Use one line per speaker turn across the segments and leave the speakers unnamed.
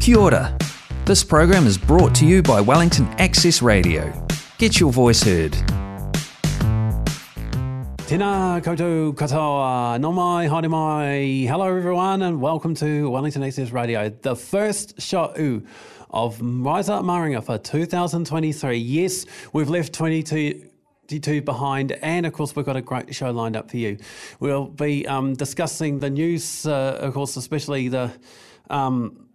Kia ora. This program is brought to you by Wellington Access Radio. Get your voice heard.
Tēnā koutou katoa, no mai, haere mai. Hello everyone and welcome to Wellington Access Radio, the first shot ooh of Rise Up Maringa for 2023. Yes, we've left 22 22 behind, and of course, we've got a great show lined up for you. We'll be um, discussing the news, uh, of course, especially the um,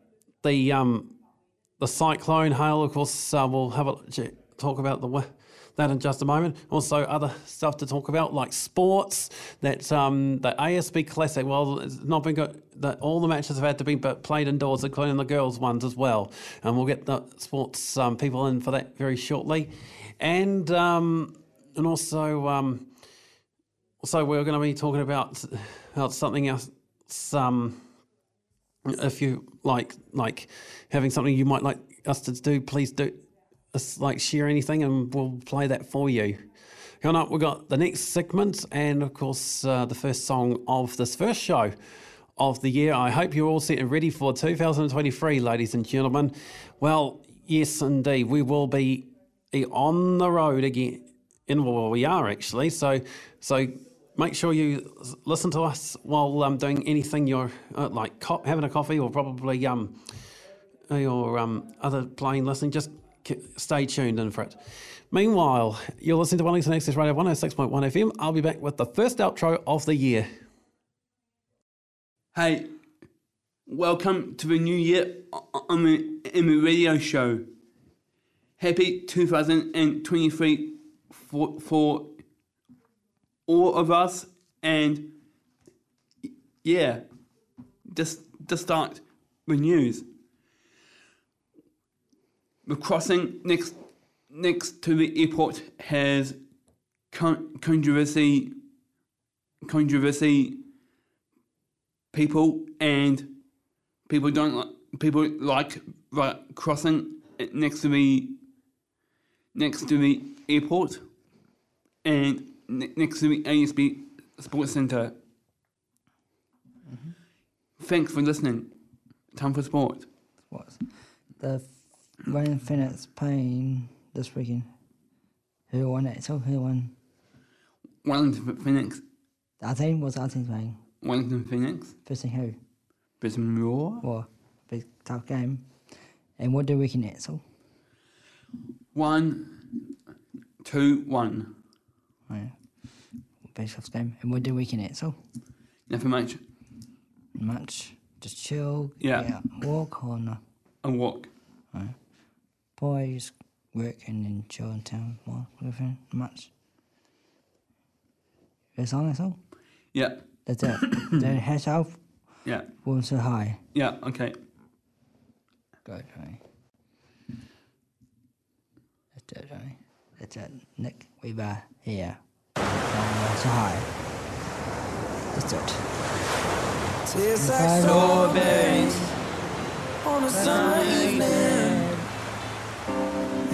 the um, the cyclone hail. Of course, uh, we'll have a ch- talk about the we- that in just a moment. Also, other stuff to talk about like sports. That um, the ASB Classic. Well, it's not been good. That all the matches have had to be but played indoors, including the girls' ones as well. And we'll get the sports um, people in for that very shortly. And um, and also. Um, so we're going to be talking about about something else. Um, if you like like having something you might like us to do, please do us like share anything and we'll play that for you. Coming up, we've got the next segment and of course uh, the first song of this first show of the year. I hope you're all set and ready for 2023, ladies and gentlemen. Well, yes, indeed, we will be on the road again. In well, we are actually. So, so make sure you s- listen to us while um, doing anything you're uh, like co- having a coffee or probably um, or um, other plane listening, just k- stay tuned in for it. Meanwhile, you're listening to Wellington Access Radio 106.1 FM. I'll be back with the first outro of the year.
Hey, welcome to the new year on the, in the radio show. Happy 2023 for, for all of us, and yeah, just to start the news. The crossing next next to the airport has con- controversy controversy people and people don't like people like right crossing next to the next to the airport and ne- next to the ASB Sports Centre. Thanks for listening. Time for sport.
was the f- Wayne Finnett's playing this weekend. Who won it? So who won?
Wellington Phoenix.
Our team was our team playing.
Wellington Phoenix.
First thing who?
Brisbane Roar.
Well, big tough game. And what do we can So
One, two, one.
yeah. Big tough game. And what do we can So
Nothing much.
much. Just chill.
Yeah.
get out, walk on the
A walk.
boys, work and then chill in town. Well, nothing much. That's all. That's all.
Yeah.
That's it. then heads out.
Yeah.
One so high.
Yeah. Okay.
Go Johnny. That's it, Johnny. That's it. Nick, we were here. Um, so hi. That's it.
Tastes like strawberries on a summer evening.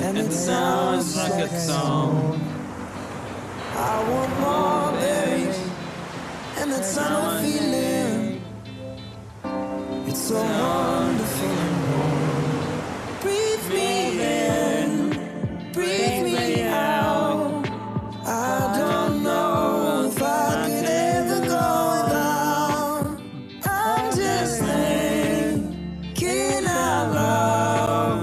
And it sounds like a song. I want more berries and that summer feeling. It's so wonderful and warm. Breathe me in, breathe me out. I don't know if I could ever go without. I'm just thinking out loud.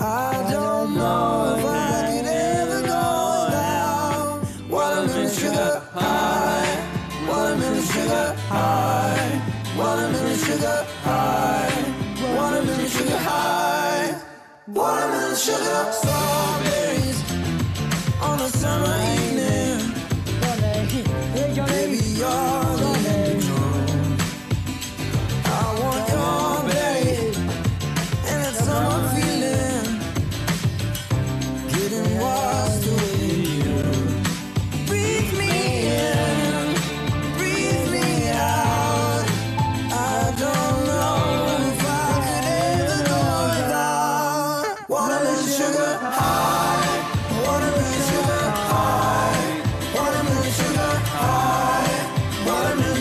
I don't know if I could ever go without watermelon sugar high, watermelon sugar high, watermelon sugar high, watermelon sugar high, watermelon sugar strawberries on a summer evening. Baby, you're the control. I want your baby and that summer feeling. Getting washed away in you. Breathe me in, breathe me out. I don't know if I could ever go without watermelon sugar high, watermelon sugar high, watermelon sugar high, watermelon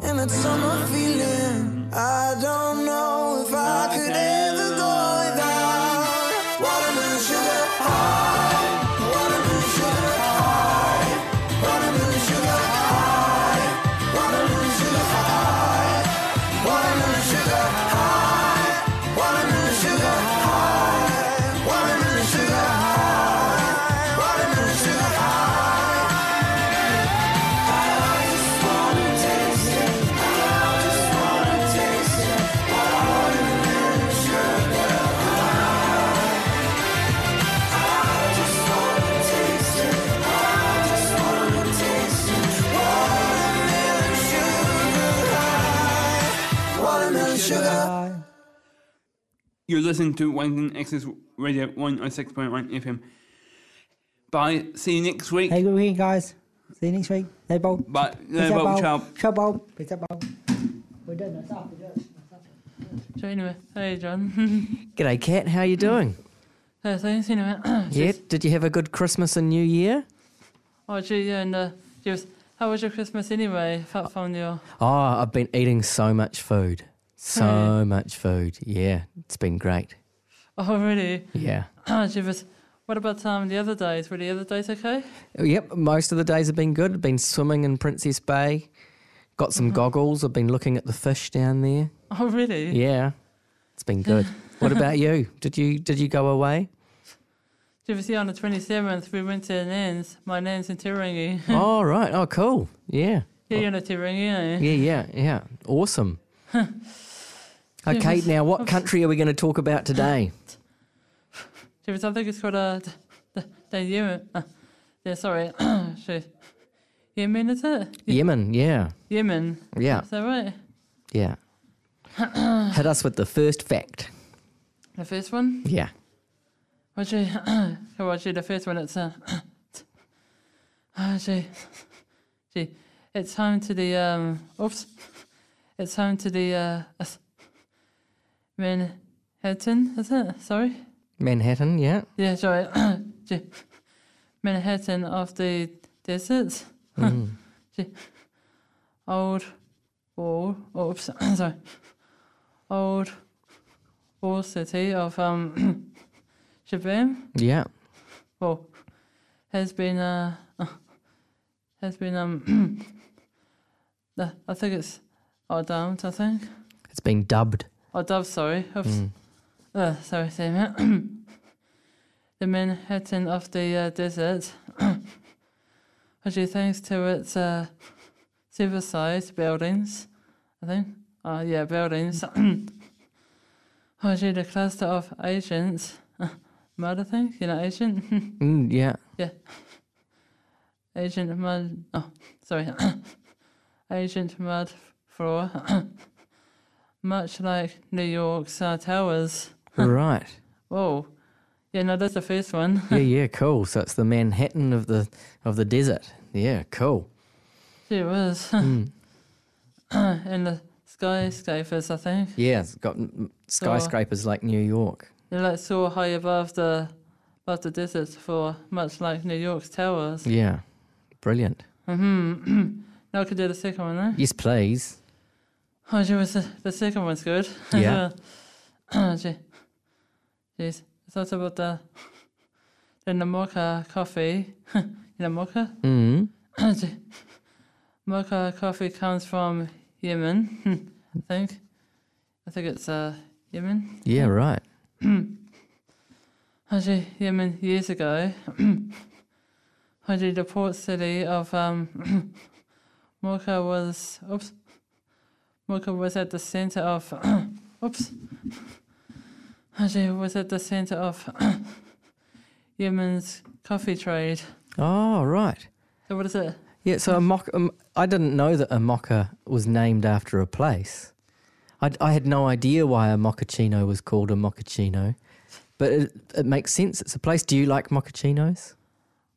that summer feeling. I don't know if I could ever go without watermelon sugar high, watermelon sugar high, watermelon sugar high, watermelon sugar high, watermelon sugar high, watermelon sugar high, watermelon sugar high, watermelon sugar high. Sugar.
You're listening to Wellington Access Radio 106.1 FM. Bye. See you next week.
Hey, good weekend, guys. See you next week. Hey, Bob.
Bye. No,
Peace out,
well, ciao.
Bob. Ciao, Bob. Peace out, Bob. We're done. That's up. We're done.
So anyway, hey John.
G'day, Kat. How you doing?
uh, so so anyway,
Yeah. Did you have a good Christmas and New Year?
oh gee, yeah, and uh, she was, how was your Christmas anyway? Apart from your
Oh, I've been eating so much food. So much food. Yeah, it's been great.
oh really?
Yeah.
she was. What about um the other days? Were the other days okay?
Oh, Yep, most of the days have been good. Been swimming in Princess Bay. Got some goggles. I've been looking at the fish down there.
Oh really?
Mm-hmm. Yeah. It's been good. what about you? Did you did you go away?
She was here on the twenty seventh. We went to Nans. My Nans in Tirangi.
oh right. Oh cool. Yeah.
yeah, you're in Tirangi. Eh?
Yeah, yeah, yeah. Awesome. okay, now what country are we going to talk about today?
She was. I think it's called uh, the the Yemen. Uh, yeah, sorry. she, Yemen is it?
Yemen. Yeah.
Yemen.
Yeah.
Is that right?
Yeah. Hit us with the first fact.
The first one.
Yeah.
Actually, well, actually, the first one it's uh, actually, actually, it's home to the um, oops, it's home to the uh, us- Manhattan, is it? Sorry,
Manhattan. Yeah.
yeah, sorry, gee, Manhattan of the deserts, Gee, old wall, oops, sorry, old wall city of um, Shabam
Yeah.
well, has been uh, has been um, the- I think it's or dubbed, I think
It's been dubbed.
or dove. Sorry, Oops. Uh, sorry, Sam. the Manhattan of the uh, desert, actually thanks to its uh, supersized buildings, I think. Uh, yeah, buildings. actually, the cluster of agents, uh, murder thing, you know, agent.
Mm, yeah.
Agent Mud. Oh, sorry. Agent Mud Floor. Much like New York's uh, towers.
right.
Whoa. Yeah, no, that's the first one.
Yeah. Yeah. Cool. So it's the Manhattan of the of the desert. Yeah. Cool.
She was. and the skyscrapers, I think.
Yeah. It's got mm, skyscrapers like New York.
They're like so high above the above the desert for much like New York's towers. Mm-hmm.
Yeah. Brilliant.
Now I could do the second one, eh?
Yes, please.
Oh, she was the second one's good.
Yeah.
Gee. Jeez. It's also about the the Namoka coffee. you know mocha?
Mm.
Gee. mocha coffee comes from Yemen, I think. I think it's uh Yemen.
Yeah. Right.
Actually, Yemen years ago. Actually, the port city of um, Mocha was oops. Mocha was at the center of oops. Actually, was at the center of Yemen's coffee trade.
Oh, right.
So what is it?
Yeah, so a mock, um, I didn't know that a mocha was named after a place. I, I had no idea why a mochaccino was called a mochaccino, but it, it makes sense. It's a place. Do you like mochaccinos?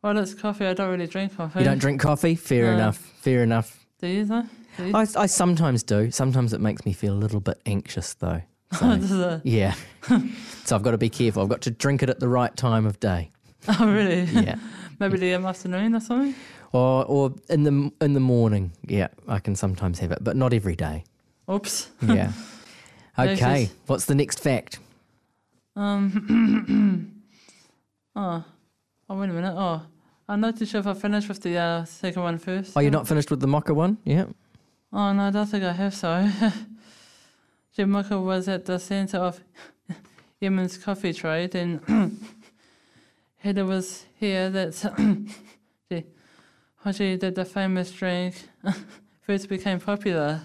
Well, it's er coffee. I don't really drink coffee. er
You don't drink coffee? Fair
No.
enough. Fair enough.
Do you though? Do you?
I, I sometimes do. Sometimes it makes me feel a little bit anxious, though. So,
Does it?
yeah. so I've got to be careful. I've got to drink it at the right time of day.
Oh, really?
Yeah.
Maybe the um, afternoon or something.
or or in the in the morning. Yeah, I can sometimes have it, but not every day.
Oops.
Yeah.
This
okay.
is-
What's the next fact?
Um. oh. Oh wait a minute. Oh, I'm not too sure if I finished with the uh, second one first.
Oh, you're not finished with the mocha one? Yeah.
Oh no, I don't think I have so. Jim Mocker was at the center of Yemen's coffee trade and it was here that the Haji did the famous drink first became popular.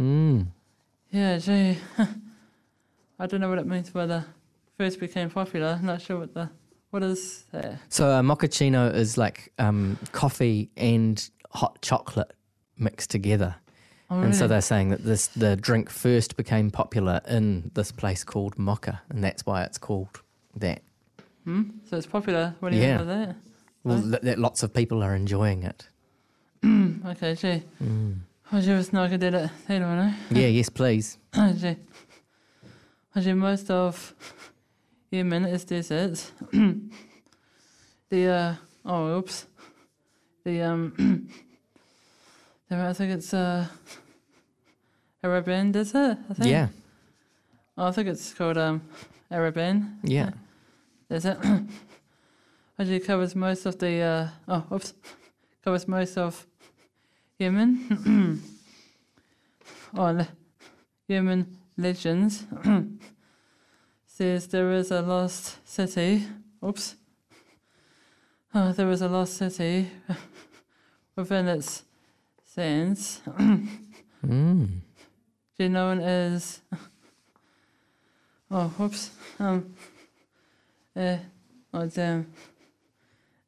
Mm.
Yeah, gee. I don't know what it means by the first became popular. Not sure what the what is that?
So a mochaccino is like um, coffee and hot chocolate mixed together.
Oh,
And so
really?
they're saying that this the drink first became popular in this place called Mocha, and that's why it's called that.
Hmm? so it's popular. What do you
Yeah.
mean by that?
Well,
Oh.
that, that lots of people are enjoying it.
Okay, gee. Oh, gee, it's not good at it. They don't know.
Mm. Yeah, yes, please.
Actually, actually, most of Yemen is desert. the uh, oh, oops, the um, the I think it's uh, Arabian desert. I think.
Yeah,
Oh, I think it's called um, Arabian
yeah.
desert. actually, covers most of the uh, oh, oops, covers most of Yemen. oh, le- Yemen legends says there is a lost city. Oops. Oh, there is a lost city within its sands.
Mm.
She known as oh whoops um uh, oh damn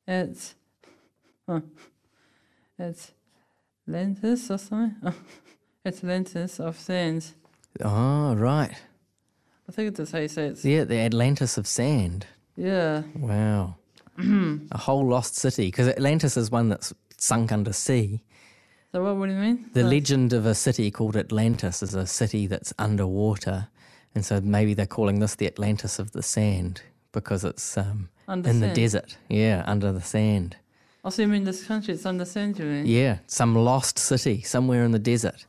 it's oh, it's lentis or something oh, it's lentis of sands
Oh, right.
I think that's how you say it
Yeah, the Atlantis of sand.
yeah
Wow. a whole lost city, because Atlantis is one that's sunk under sea.
so what, what do you mean
The
So-
legend of a city called Atlantis is a city that's underwater, and so maybe they're calling this the Atlantis of the sand because it's um,
Under
in the
sand.
desert. Yeah, under the sand.
also you mean this country it's under sand you mean
Yeah, some lost city somewhere in the desert.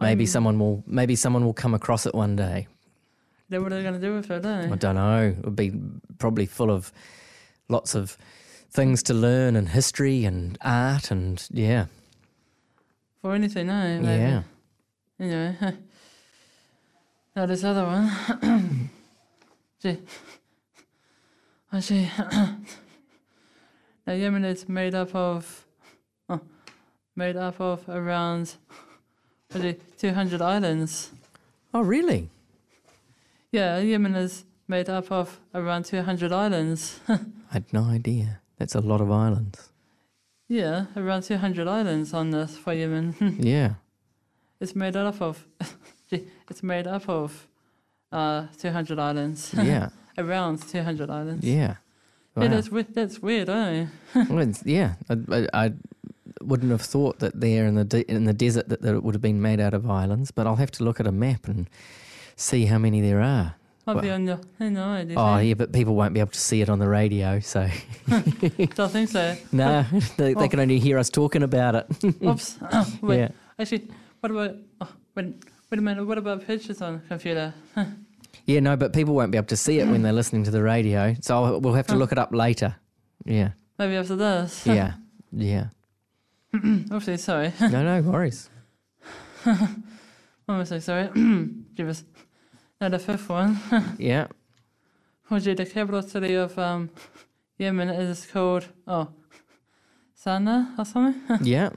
Maybe someone will maybe someone will come across it one day.
then what are they going to do with it eh?
I don't know. It would be probably full of lots of things to learn and history and art and yeah,
for anything no maybe.
yeah.
eh? Anyway, now this other one. Gee. Oh, gee. now Yemen is made up of, oh, made up of around, what is it, 200 islands.
Oh, really?
Yeah, Yemen is made up of around 200 islands.
I had no idea. That's a lot of islands.
yeah, around 200 islands on this for Yemen.
Yeah.
it's made up of, gee, it's made up of, uh, 200 islands.
Yeah.
around 200 islands.
Yeah.
Yeah,
Wow.
that's weird. That's weird, eh?
Well, it's- yeah, I, I, I wouldn't have thought that there in the de- in the desert that, that it would have been made out of islands, but I'll have to look at a map and see how many there are.
Might be
Well-
on your. I know. I eh? do
Oh,
think.
yeah, but people won't be able to see it on the radio, so
Don't think so.
no, they, they can only hear us talking about it.
Oh. Oops. Oh, Wait.
Yeah.
Actually, what about? Oh, wait, wait a minute. What about pictures on computer?
Yeah, no, but people won't be able to see it when they're listening to the radio, so I'll, we'll have to look it up later. Yeah,
Maybe after this.
yeah, yeah.
Obviously, sorry.
No, no worries.
I'm so sorry. Jeebus. Now the fifth one.
Yeah,
Oh, gee, the capital city of um, Yemen is called oh, Sana or something.
yeah,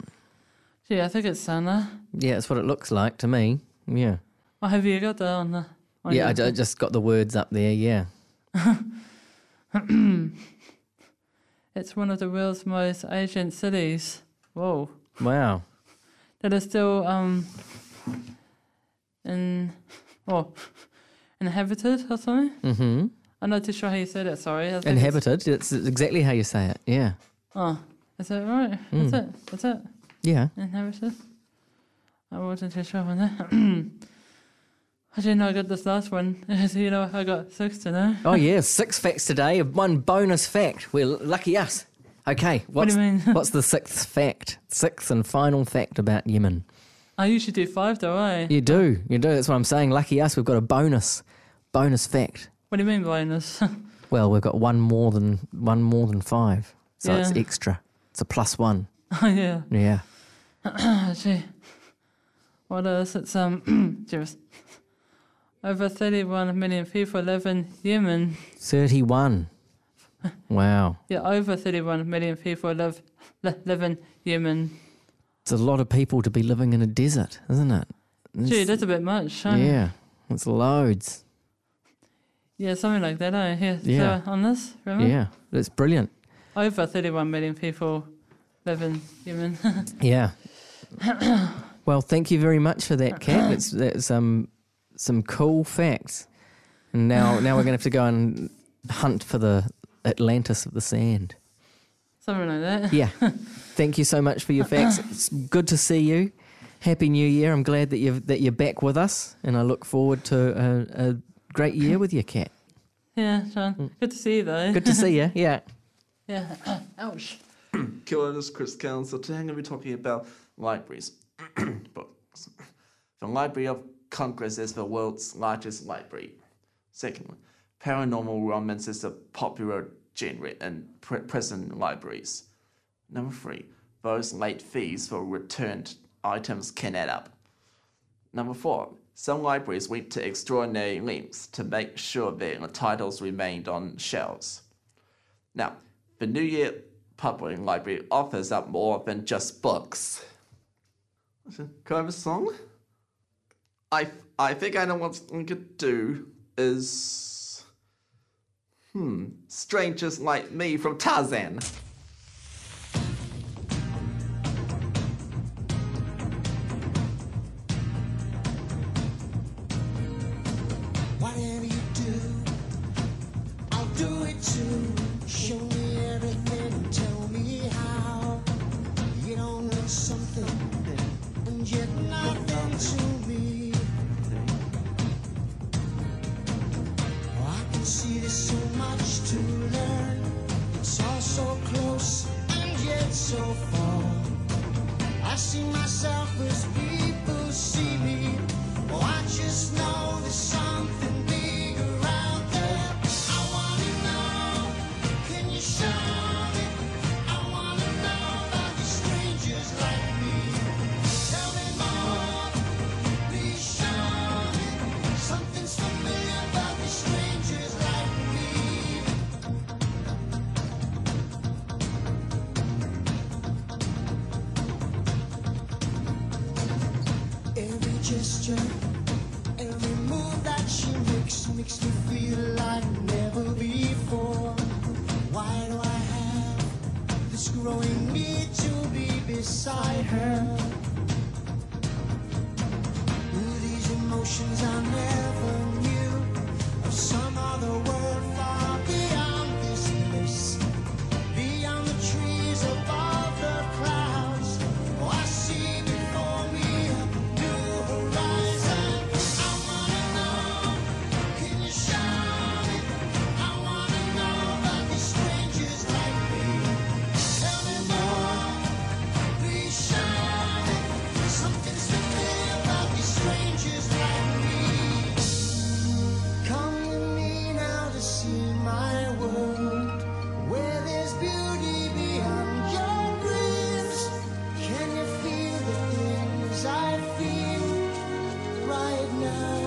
gee, I think it's Sana.
yeah. That's what it looks like to me. Yeah.
Oh, have you got that on the? On
Yeah, I,
your-
ju- I just got the words up there. Yeah.
It's one of the world's most ancient cities. Whoa.
Wow.
That is still um in oh inhabited or something?
Mm-hmm.
I'm not too sure how you say that, sorry. I think it's-
Inhabited. It's exactly how you say it. Yeah.
Oh. Is that right? That's it. That's it.
Yeah.
Inhabited. I wasn't too sure on that. I didn't know I got this last one. so you know I got six to know.
Oh yeah. Six facts today. One bonus fact. Well, lucky us. Okay,
What
what's,
do you mean?
what's the sixth fact? Sixth and final fact about Yemen.
I usually do five though, eh?
You do, you do. That's what I'm saying. Lucky us, we've got a bonus, bonus fact.
What do you mean bonus?
Well, we've got one more than one more than five, so it's
Yeah.
extra. It's a plus one.
oh yeah.
Yeah.
Gee. What else? It's um just over thirty one million people live in Yemen.
31. Wow.
Yeah, over thirty one million people live li- live in Yemen.
It's a lot of people to be living in a desert, isn't it?
Gee,
It's-
that's a bit much. huh?
yeah, it's loads.
Yeah, something like that, eh? Yeah. so
Yeah.
on this, remember?
Yeah, it's brilliant.
Over thirty one million people live in Yemen.
Yeah. well, thank you very much for that, Kat. That's, that's um, some cool facts. And now, now we're going to have to go and hunt for the Atlantis of the sand.
something like that.
Yeah. Thank you so much for your facts. It's good to see you. Happy New Year. I'm glad that you've that you're back with us, and I look forward to a, a great year with you, Kat.
Yeah, John. Good to see you though.
Mm. Good to see you. Yeah.
Yeah. Ouch.
Kia ora, this is Chris Collins. So today I'm going to be talking about libraries. Books. The Library of Congress is the world's largest library. Secondly, paranormal romance is a popular genre in pre- prison libraries. Number three, those late fees for returned items can add up. Number four, some libraries went to extraordinary lengths to make sure their titles remained on shelves. Now, the New Year Public Library offers up more than just books. Can I have a song? I, I think I know what I could do is. Hmm. Strangers Like Me from Tarzan.
Whatever you do, I'll do it too. Show me everything and tell me how. You don't know something and yet nothing to me. Oh, I can see there's so much to learn. It's all so close and yet so far. I see myself as people see me. Oh, I just know there's something big around there. I wanna know, can you show me? I wanna know about the strangers like me. Tell me more, please show me. Something's familiar about the strangers like me. Every gesture, every move that she makes makes me feel like never before. Why do I have this growing need to be beside her? Ooh, these emotions I never knew of some other world far beyond this place. Beyond the trees, above the clouds, oh, I see before me a new horizon. I wanna know, can you show me? I wanna know about the strangers like me. Tell me more, please show me. Something's familiar about the strangers like me. Come to me now to see my world where there's beauty beyond your dreams. Can you feel the things I feel right now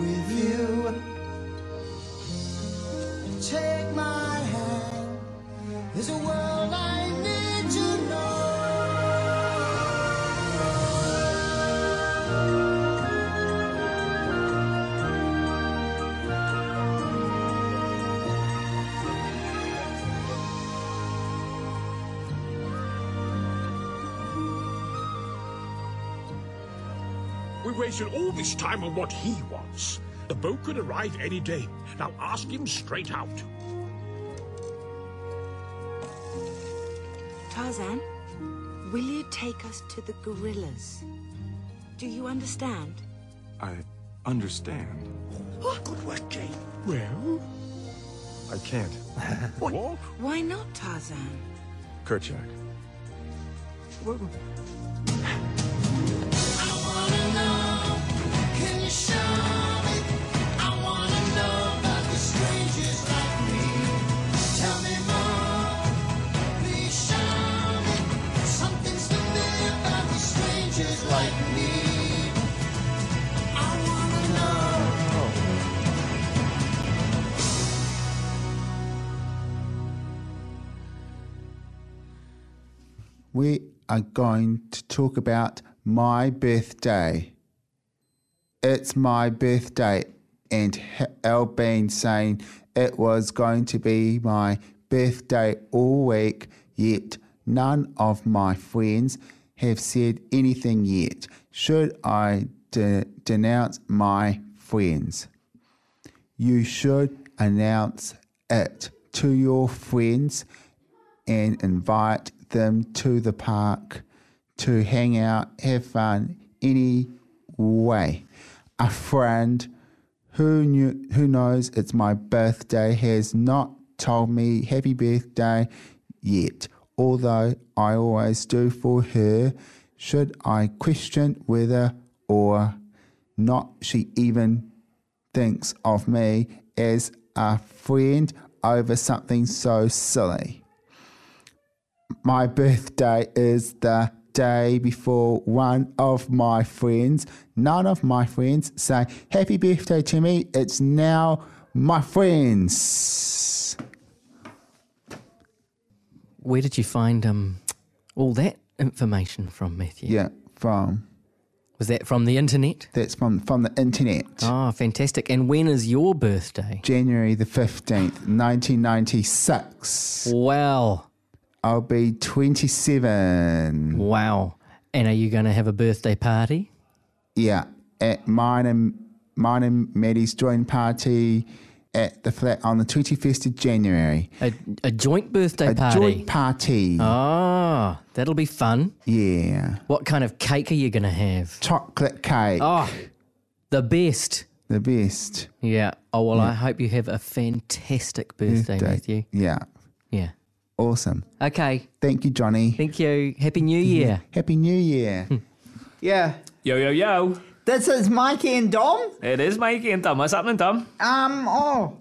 with you? Take my hand, there's a world I need to know.
We wasted all this time on what he wants. The boat could arrive any day. Now ask him straight out.
Tarzan, will you take us to the gorillas? Do you understand?
I understand.
Well,
I can't. Walk?
Why not, Tarzan?
Kerchak.
We are going to talk about my birthday. It's my birthday, and Al been saying it was going to be my birthday all week, yet none of my friends have said anything yet. Should I de- denounce my friends? You should announce it to your friends and invite them to the park to hang out, have fun, any way. A friend who knew, who knows it's my birthday has not told me happy birthday yet, although I always do for her. Should I question whether or not she even thinks of me as a friend over something so silly? my birthday is the day before one of my friends. None of my friends say happy birthday to me. It's now my friends.
Where did you find um all that information from, Matthew?
Yeah, from
Was that from the internet?
That's from from the internet.
Ah, fantastic. And when is your birthday?
January the 15th, 1996.
Wow.
I'll be 27.
Wow. And are you going to have a birthday party?
Yeah, at mine and mine and Maddie's joint party at the flat on the 21st of January.
A, a joint birthday
a
party?
joint party.
Ah, that'll be fun.
Yeah.
What kind of cake are you going to have?
Chocolate cake.
Oh, the best.
The best
Yeah. Oh, well,
Yeah.
I hope you have a fantastic birthday, Matthew.
Yeah.
Yeah.
Awesome.
Okay.
Thank you, Johnny.
Thank you. Happy New Year. Hmm.
Happy New Year.
Yeah.
Yo, yo, yo.
This is Mikey and Dom.
It is Mikey and Tom. What's happening, Tom?
Um, oh,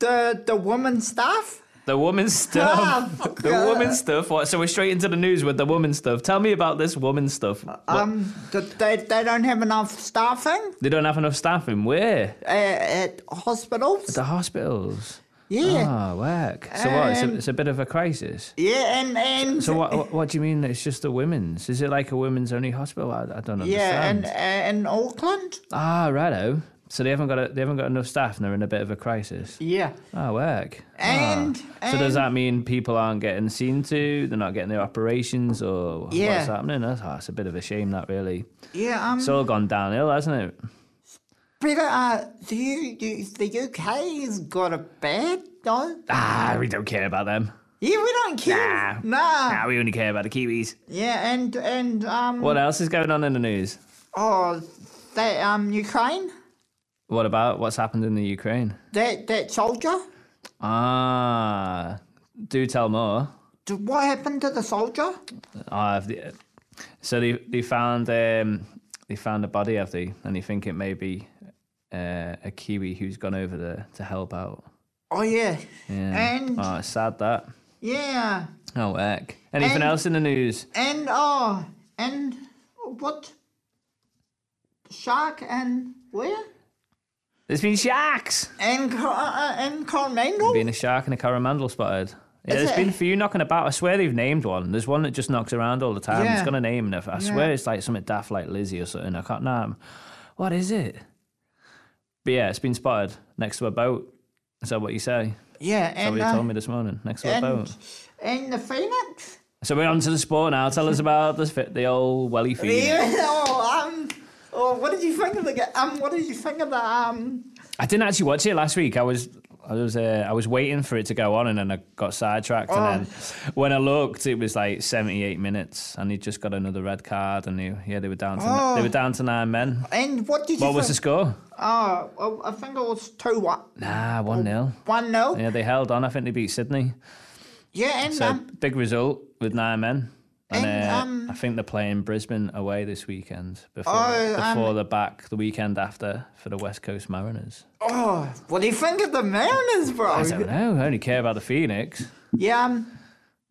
the the woman stuff.
The woman
Ah,
stuff. the woman stuff. What? So we're straight into the news with the woman stuff. Tell me about this woman stuff. What-
Um, th- they they don't have enough staffing
they don't have enough staff in where?
at, at hospitals.
At the hospitals.
Yeah.
Ah, work. So what? It's a,
Um,
it's a bit of a crisis.
Yeah, and and
So what, what? What do you mean? It's just the women's? Is it like a women's only hospital? I, I don't understand.
yeah, and uh, and in Auckland.
ah, righto. So they haven't got a, they haven't got enough staff, and they're in a bit of a crisis.
Yeah.
Ah, work.
And-
Ah. so
Um,
does that mean people aren't getting seen to? They're not getting their operations, or
Yeah.
what's happening? That's, ah, it's a bit of a shame, that really.
Yeah. Um.
it's all gone downhill, hasn't it?
Peter, uh, the U, U, the UK's got a bad no.
Ah, we don't care about them.
Yeah, we don't care.
Nah. Nah, we only care about the Kiwis.
Yeah, and and um.
What else is going on in the news?
Oh, that um Ukraine.
What about what's happened in the Ukraine?
That that soldier.
Ah, do tell more.
D- What happened to the soldier?
Ah, have they- so they they found um they found a body, have they? And they think it may be uh, a Kiwi who's gone over there to help out.
Oh yeah,
Yeah.
And-
oh, it's sad that.
yeah,
Oh, heck. Anything
And-
else in the news?
and oh, and what? Shark and where?
There's been sharks.
And Cor- uh, and Coromandel.
Been a shark and a coromandel spotted. Yeah,
Is
there's
it-
been a few knocking about. I swear they've named one. There's one that just knocks around all the time. It's
Yeah.
got a name. and I I
Yeah.
swear it's like something daft like Lizzie or something. I can't know. What is it? But yeah, it's been spotted next to a boat. Is that what you say?
Yeah,
Is that
and
what you
uh,
told me this morning? Next to a
and,
boat.
and the phoenix.
So we're on to the sport now. Tell us about the, fi- the old welly feed.
Yeah. Oh, um. Oh, what did you think of the ga- um? What did you think of the um?
I didn't actually watch it last week. I was I was uh, I was waiting for it to go on, and then I got sidetracked.
Oh.
And then when I looked, it was like 78 minutes, and he just got another red card. And he, yeah, they were down to
Oh.
they were down to nine men.
And what did you
What was the
think?
score?
Oh, well, I think it was 2 1.
Nah, one 0
1 0?
Yeah, they held on. I think they beat Sydney.
Yeah, and
So
um,
big result with nine men. And,
And,
uh,
um,
I think they're playing Brisbane away this weekend before
Oh, um,
before they're back the weekend after for the West Coast Mariners.
oh, what do you think of the Mariners, bro?
I don't know. I only care about the Phoenix.
Yeah, um,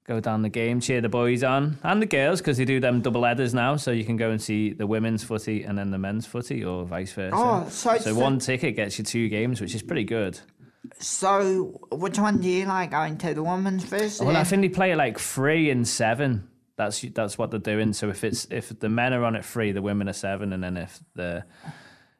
Go down the game, cheer the boys on and the girls because they do them double headers now. So you can go and see the women's footy and then the men's footy, or vice versa.
Oh, so it's the-
one ticket gets you two games, which is pretty good.
so which one do you like going to? The women's first?
Well, I
and-
think they play it like three and seven. That's that's what they're doing. So if it's if the men are on at three, the women are seven, and then if the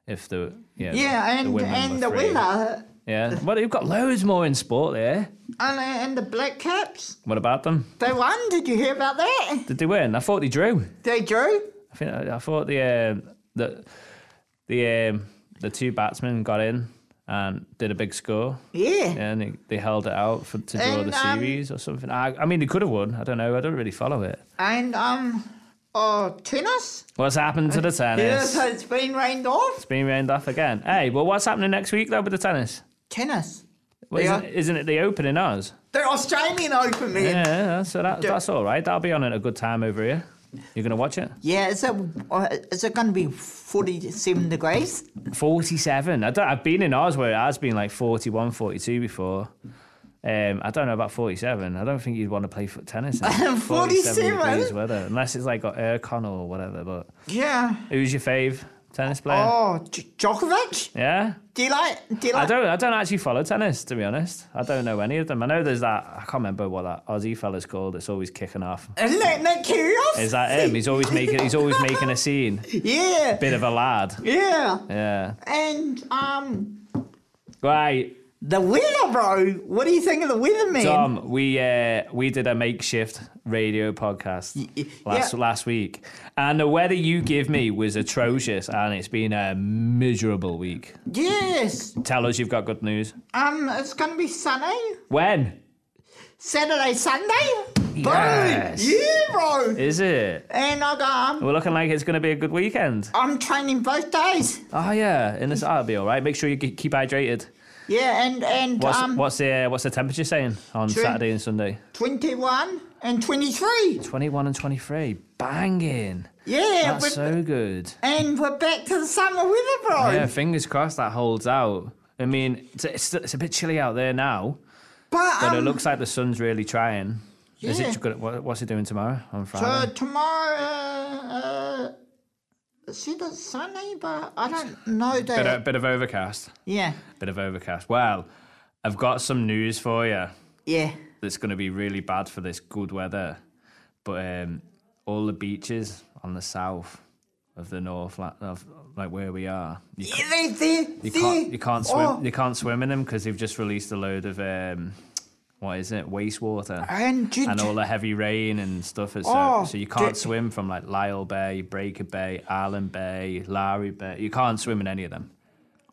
if the yeah
yeah, and,
women were
and the
three.
winner.
yeah. Well, you've got loads more in sport there.
And, and the Black Caps.
What about them?
They won. Did you hear about that?
Did they win? I thought they drew.
They drew.
I think I, I thought the um the the um, the two batsmen got in and did a big score.
Yeah.
and they, they held it out for, to draw
And,
the
um,
series or something. I, I mean, they could have won. I don't know. I don't really follow it.
And, um, oh, tennis?
What's happened to the tennis?
Yes, it's been rained off.
It's been rained off again. Hey, well, what's happening next week though with the tennis?
Tennis.
Well,
Yeah.
isn't, isn't it the open in Oz?
The Australian Open, man.
Yeah, yeah, so that, that's all right. That'll be on at a good time over here. You're gonna watch it.
Yeah, is it, uh, is it going to be 47 degrees?
47. I don't, I've been in Oz where it has been like 41, 42 before. Um, I don't know about 47. I don't think you'd want to play foot tennis. in
47?
degrees weather, unless it's like got aircon or whatever. But
Yeah.
who's your fave tennis player?
Oh, J- Djokovic?
Yeah.
Do you like, do you
I
like
don't. I don't actually follow tennis, to be honest. I don't know any of them. I know there's that. I can't remember what that Aussie fella's called. It's always kicking off.
Isn't that, isn't that curious?
Is that him? He's always making. He's always making a scene.
Yeah.
Bit of a lad.
Yeah.
Yeah.
And, um,
Right.
the weather, bro. What do you think of the weather, man?
Tom, we uh, we did a makeshift radio podcast last
yeah.
last week, and the weather you give me was atrocious, and it's been a miserable week.
Yes.
Tell us you've got good news.
Um, it's going to be sunny.
When
Saturday, Sunday.
Yes.
Bro. Yeah, bro.
is it?
And I got, um,
We're looking like it's going to be a good weekend.
I'm training both days.
Oh yeah, in this that'll be all right. Make sure you ke- keep hydrated.
Yeah, and, and,
What's
um,
what's the uh, what's the temperature saying on
True.
Saturday and Sunday?
21 and 23.
Twenty one and twenty three, banging.
Yeah,
that's
but-
so good.
And we're back to the summer weather, bro.
Yeah, fingers crossed that holds out. I mean, it's, it's, it's a bit chilly out there now,
but,
but it
um,
looks like the sun's really trying. Is
Yeah.
it good? What, what's it doing tomorrow on
So
Friday?
tomorrow, uh, uh, see the sunny, but I don't know
Bit of,
that.
bit of overcast.
Yeah,
Bit of overcast. Well, I've got some news for you.
yeah.
that's going to be really bad for this good weather. But um, all the beaches on the south of the north, like, of, like where we are, you, ca-
They, they,
you can't you can't swim
Oh.
you can't swim in them because they've just released a load of um, what is it wastewater
And did-
and all the heavy rain and stuff. and So,
Oh,
so you can't
did-
swim from like Lyell Bay, Breaker Bay, Island Bay, Lowry Bay. You can't swim in any of them.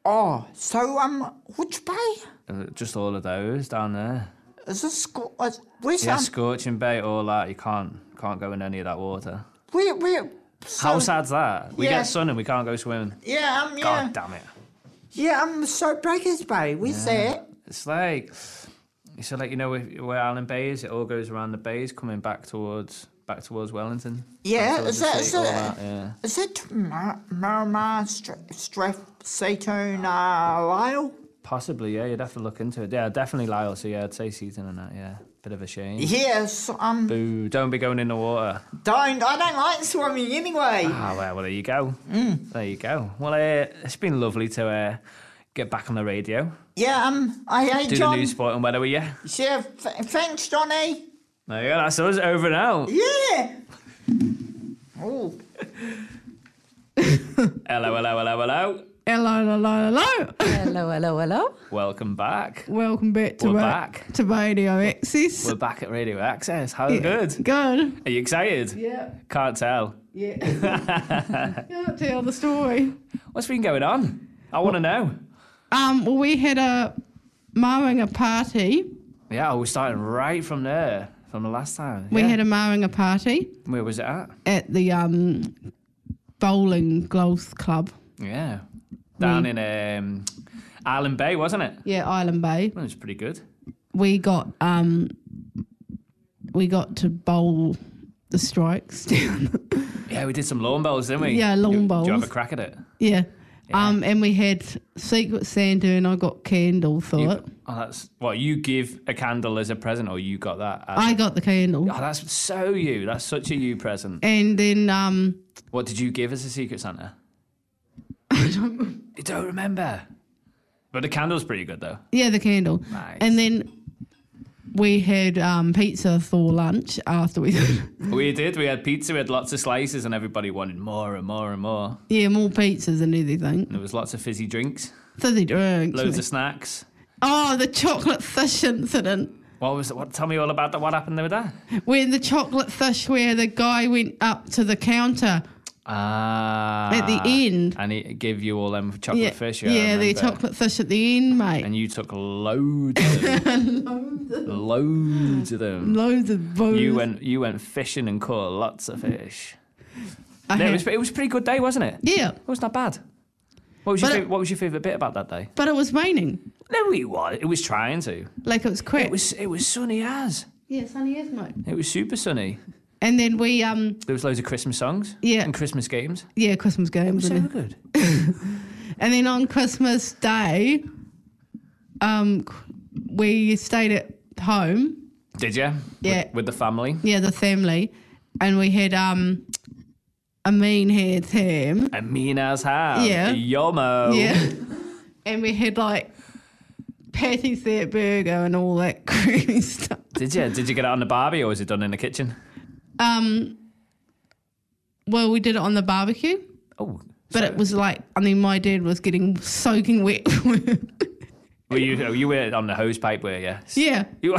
Oh, so, um, which bay?
Uh, Just all of those down there.
Is this, sco- uh, where's,
Yeah,
um,
Scorching Bay, all that. You can't can't go in any of that water.
where, where?
How sad's that? We
Yeah.
get sun and we can't go swimming.
Yeah, um, yeah.
God damn it.
Yeah, um, so Breakers Bay, where's that?
It's like, so like you know where, where Island Bay is, it all goes around the bays, coming back towards back towards Wellington.
Yeah,
back towards
is
the
that- is
sea, all
that-
yeah.
Is it Mar- Marmar, Stra- Strathseaton, uh, Lyle?
Possibly, yeah. You'd have to look into it. Yeah, definitely Lyle. So yeah, I'd say Seaton and that. Yeah, bit of a shame.
Yes, um,
Boo! Don't be going in the water.
don't, I don't like swimming anyway.
Ah, well, well, there you go. There you go. Well, uh, it's been lovely to uh, get back on the radio,
Yeah, um, I hate
do
John.
the news, sport, and weather with you.
Yeah, th- thanks, Johnny.
There you go. That's us over and out.
Yeah. Oh.
Hello, hello, hello, hello.
Hello, hello, hello, hello, hello, hello.
Welcome back.
Welcome back to
We're
ra-
back.
to Radio Access.
We're back at Radio Access. How's it
Yeah,
good?
Good.
Are you excited?
Yeah.
Can't tell.
Yeah. Can't tell the story.
What's been going on? I want to know.
Um, well, we had a marring a party.
Yeah, we started right from there, from the last time.
We
Yeah.
had a marring a party
Where was it at?
at the um, bowling golf club.
Yeah. Down
Mm.
in um, Island Bay, wasn't it?
Yeah, Island Bay.
Well, it was pretty good.
We got um, we got to bowl the strikes down.
Yeah, we did some lawn bowls, didn't we?
Yeah, lawn
You- Do you
bowls.
have a crack at it?
yeah. Um, and we had Secret Santa, and I got candle for
You-
it.
Oh, that's what you give a candle as a present, or you got that? As
I got the candle.
Oh, that's so you. That's such a you present.
And then um,
What did you give as a secret Santa? I don't. You don't remember. But the candle's pretty good though.
Yeah, the candle. And then we had um, pizza for lunch after we
we did. We had pizza. We had lots of slices, and everybody wanted more and more and more.
yeah, more pizzas and everything.
And there was lots of fizzy drinks,
Fizzy drinks.
loads of snacks.
oh, the chocolate fish incident.
What was it? What? Tell me all about that. What happened there with that?
When the chocolate fish, where the guy went up to the counter.
Ah.
At the end.
And it gave you all them chocolate
yeah,
fish. I
yeah, the
remember.
chocolate fish at the end, mate.
And you took loads, of them. loads of them.
Loads of booze.
You went, you went fishing and caught lots of fish.
I
No, it,
had-
was, it was a pretty good day, wasn't it?
Yeah.
It was not bad. What was your
But it-
fav- What was your favourite bit about that day?
But it was raining.
No, it was. It was trying to.
Like it was crap. It
was it was sunny as.
Yeah, sunny as mate.
It was super sunny.
And then we um
There was loads of Christmas songs.
Yeah.
And Christmas games.
Yeah, Christmas games.
so
and-
good.
and then on Christmas Day, um, we stayed at home.
Did you?
Yeah.
With, with the family.
Yeah, the family, and we had um, a mean hair ham.
A mean as ham.
Yeah.
A yomo.
Yeah, and we had like patties there, burger, and all that creamy stuff.
Did you? Did you get it on the barbie or was it done in the kitchen?
Um, well, we did it on the barbecue.
Oh.
But it was like, I mean, my dad was getting soaking wet.
Well, you you were on the hose pipe, were you?
yeah.
You.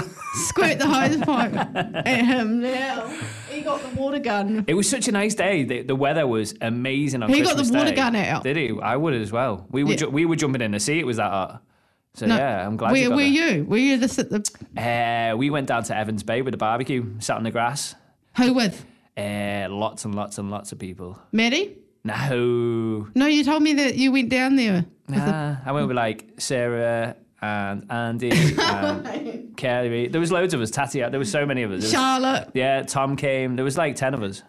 Squirt the hose pipe at him now. He got the water gun.
It was such a nice day. The, the weather was amazing on
He got
Christmas
the water
Day.
gun out.
Did he? I would as well. We were
Yeah.
ju- we were jumping in the sea. It was that hot. So
No,
yeah, I'm glad.
Where
you got
were
the-
you? Were you just at the
Uh, we went down to Evans Bay with a barbecue, sat on the grass.
Who with?
Uh, lots and lots and lots of people.
Maddie?
No,
No, you told me that you went down there. with the-
nah. I went with like Sarah and Andy and Kerry. There was loads of us. Tatty, there was so many of us. There was-
Charlotte.
yeah, Tom came. There was like ten of us.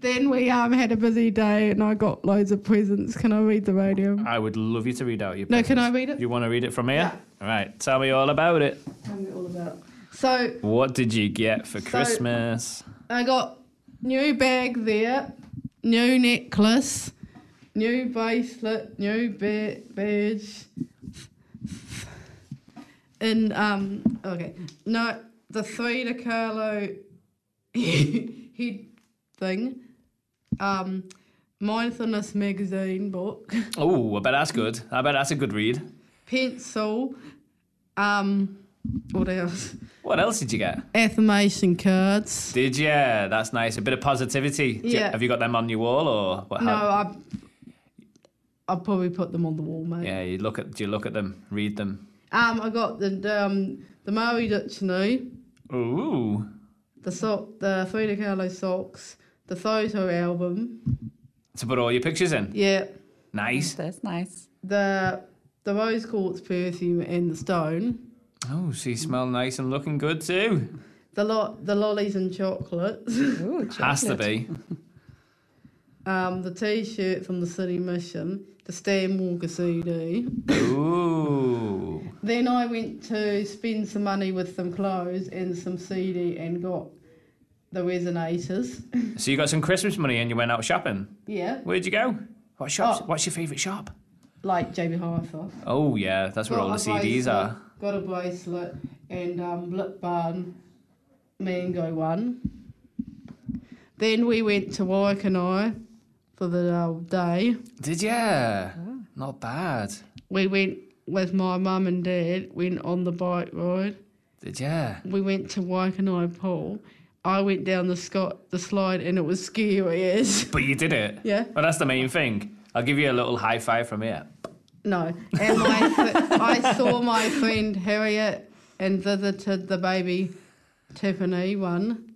Then we um had a busy day and I got loads of presents. Can I read the radio?
I would love you to read out your.
No, can I
presents.
read it?
Do you want to read it from here? All right, tell me all about it.
Tell me all about. it. So
What did you get for Christmas?
I got new bag there, new necklace, new bracelet, new ba- badge, and um okay no the three to Carlo head thing, um mindfulness magazine book,
Oh, I bet that's good. I bet that's a good read.
pencil, um what else?
What else did you get?
Affirmation cards.
Did you? That's nice. A bit of positivity. Do you-
Yeah.
have you got them on your wall or what?
No,
how-
I. I'll probably put them on the wall, mate.
yeah, you look at. Do you look at them? Read them.
Um, I got the um the Maori dictionary,
Ooh.
the sock, the Frida Kahlo socks, the photo album.
To put all your pictures in.
Yeah,
Nice.
that's nice. The the rose quartz perfume and the stone.
Oh, so you smell nice and looking good too.
The lot, the lollies and chocolates. Ooh,
Has to be.
Um, the T-shirt from the City Mission, the Stan Walker CD.
Ooh.
Then I went to spend some money with some clothes and some CD and got the resonators.
So you got some Christmas money and you went out shopping.
Yeah,
Where'd you go? What shops? What's your favourite shop?
like JB Hi-Fi.
Oh yeah, that's where all the CDs are.
Got a bracelet and um, lip balm, mango one. Then we went to Waikanae for the uh, day.
Did ya? Not bad.
We went with my mum and dad, went on the bike ride.
Did ya?
We went to Waikanae Pool. I went down the scot the slide and it was scary as.
But you did it.
Yeah.
Well, that's the main thing. I'll give you a little high five from here.
No. And my f- I saw my friend Harriet and visited the baby Tiffany one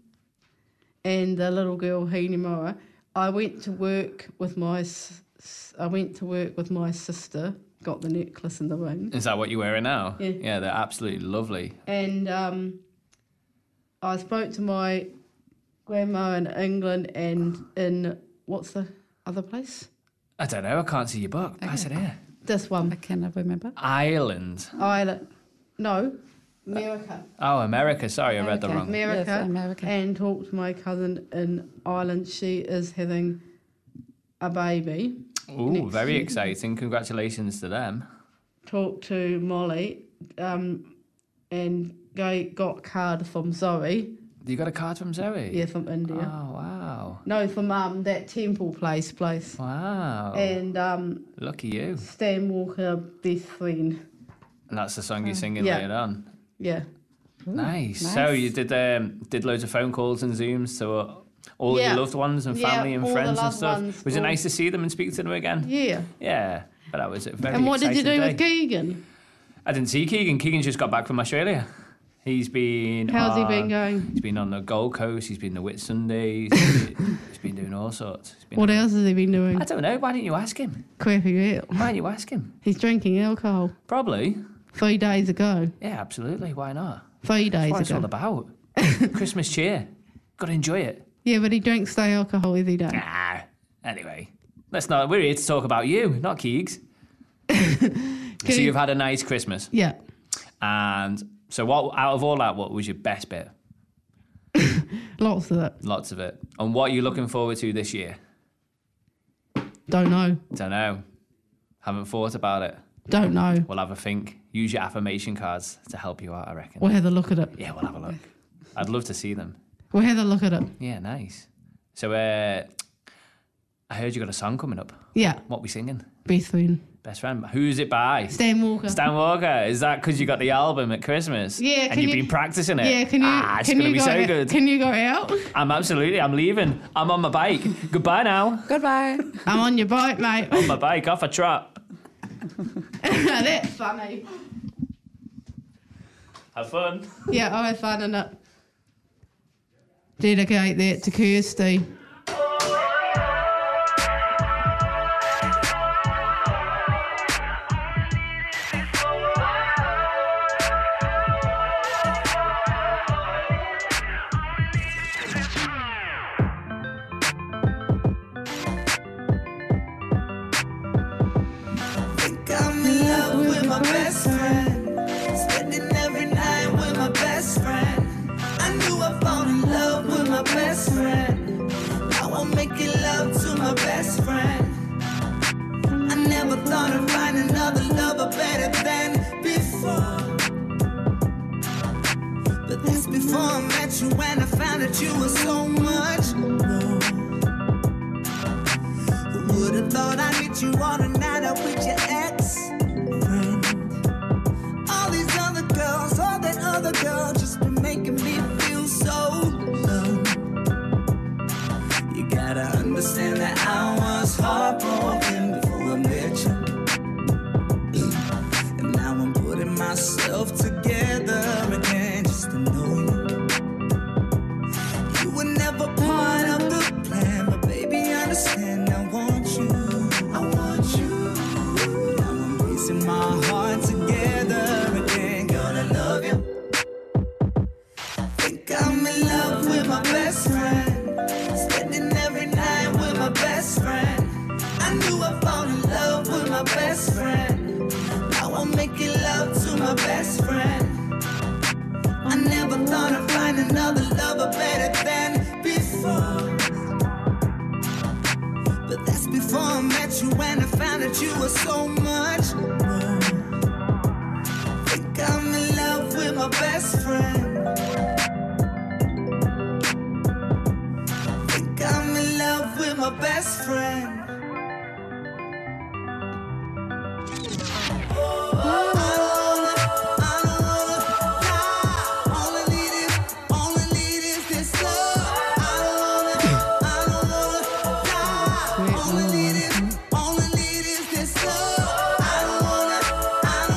and the little girl Hinamura. I went to work with my s- s- I went to work with my sister, got the necklace and the ring.
Is that what you're wearing now?
Yeah.
they're absolutely lovely.
And um, I spoke to my grandma in England and in what's the other place?
I don't know. I can't see your book. Pass it here.
This one. I cannot remember.
Ireland.
Ireland. No, America.
Oh, America. Sorry, I read the
Okay,
wrong.
America, And talked to my cousin in Ireland. She is having a baby.
Ooh,
next
very
year.
exciting. Congratulations to them.
Talked to Molly um, and go, got a card from Zoe.
You got a card from Zoe?
Yeah, from India.
Oh, wow.
No, from um, that temple place place.
Wow.
And um,
Lucky you.
Stan Walker, best friend.
And that's the song you're singing
Hmm. Yeah.
later on.
Yeah.
Nice. So you did um, did loads of phone calls and Zooms to uh, all
Yeah.
your loved ones and
Yeah,
family and
all the
friends and
loved
stuff.
ones,
was it
all-
nice to see them and speak to them again?
Yeah.
Yeah. But that was a very
and what did you do
exciting
with
day.
Keegan?
I didn't see Keegan. Keegan just got back from Australia. He's been.
How's he been
on-
going?
He's been on the Gold Coast. He's been the Whit Sundays. he's been doing all sorts. He's been
What else has he been doing?
I don't know. Why didn't you ask him?
Crappy out.
Why didn't you ask him?
He's drinking alcohol.
Probably.
Three days ago.
Yeah, absolutely. Why not?
Three
That's
days
what it's all
ago.
about. Christmas cheer. Got to enjoy it.
Yeah, but he drinks the alcohol every day.
Ah. Anyway, let's not. We're here to talk about you, not Keegs. so you've had a nice Christmas,
Yeah.
and so what? Out of all that, what was your best bit?
Lots of it.
Lots of it. And what are you looking forward to this year?
Don't know.
Don't know. Haven't thought about it.
Don't know.
We'll have a think. Use your affirmation cards to help you out, I reckon.
We'll have a look at it.
Yeah, we'll have a look. I'd love to see them.
We'll have a look at it.
Yeah, nice. So, uh, I heard you got a song coming up.
Yeah.
What we singing?
Best friend.
Best friend. Who's it by?
Stan Walker.
Stan Walker. Is that because you got the album at Christmas?
Yeah,
And
can
you've
you-
been practicing it.
Yeah, can you
Ah, it's
can
gonna
you
be
go
so
out,
good.
Can you go out?
I'm absolutely. I'm leaving. I'm on my bike. Goodbye now.
Goodbye. I'm on your bike, mate.
on my bike, off a trot.
That's funny.
Have fun.
Yeah, I had fun in it. Dedicate that to Kirsty.
I'm in love with my best friend. Spending every night with my best friend. I knew I fell in love with my best friend. Now I'm making love to my best friend. I never thought I'd find another lover better than before. But that's before I met you, and I found that you were so much more. Would have thought I'd meet you on a night out with your ex friend. All these other girls, all that other girl, just been making me feel so alone. You gotta understand that I was heartbroken before I met you. And now I'm putting myself together again just to know you. You were never part of the plan, but baby, understand I want you. I want you. Now I'm piecing my heart together again, gonna love you. Think I'm in love with my best friend. Spending every night with my best friend. I knew I fall in love with my best friend. Now I'm making love to my best friend. I never thought I'd find another lover better than before. But that's before I met you and I found that you were so much more. Think I'm in love with my best friend. Think I'm in love with my best friend. Only need is this love. I don't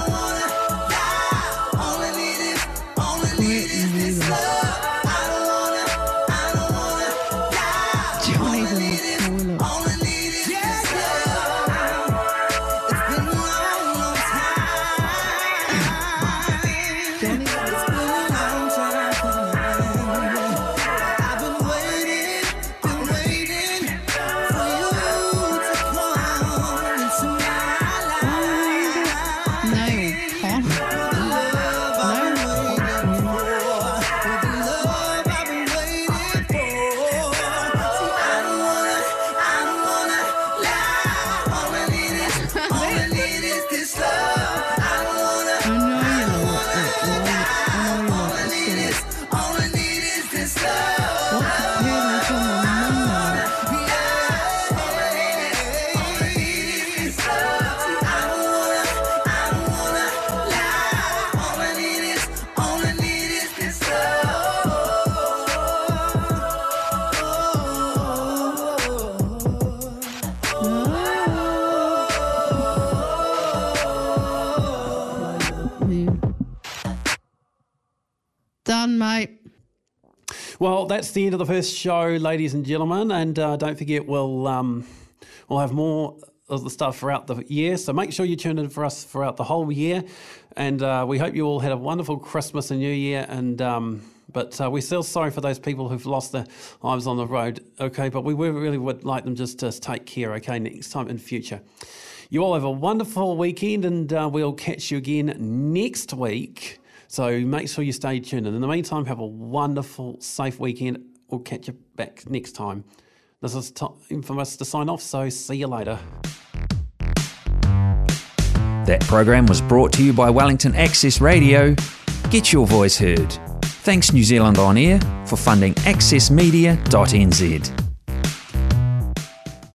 Well, that's the end of the first show, ladies and gentlemen. And uh, don't forget, we'll um, we'll have more of the stuff throughout the year. So make sure you tune in for us throughout the whole year. And uh, we hope you all had a wonderful Christmas and New Year. And um, but uh, we're still sorry for those people who've lost their lives on the road. Okay, but we would- really would like them just to take care. Okay, next time in future. You all have a wonderful weekend, and uh, we'll catch you again next week. So make sure you stay tuned. And in the meantime, have a wonderful, safe weekend. We'll catch you back next time. This is time for us to sign off, so see you later.
That program was brought to you by Wellington Access Radio. Get your voice heard. Thanks, New Zealand On Air, for funding accessmedia.nz.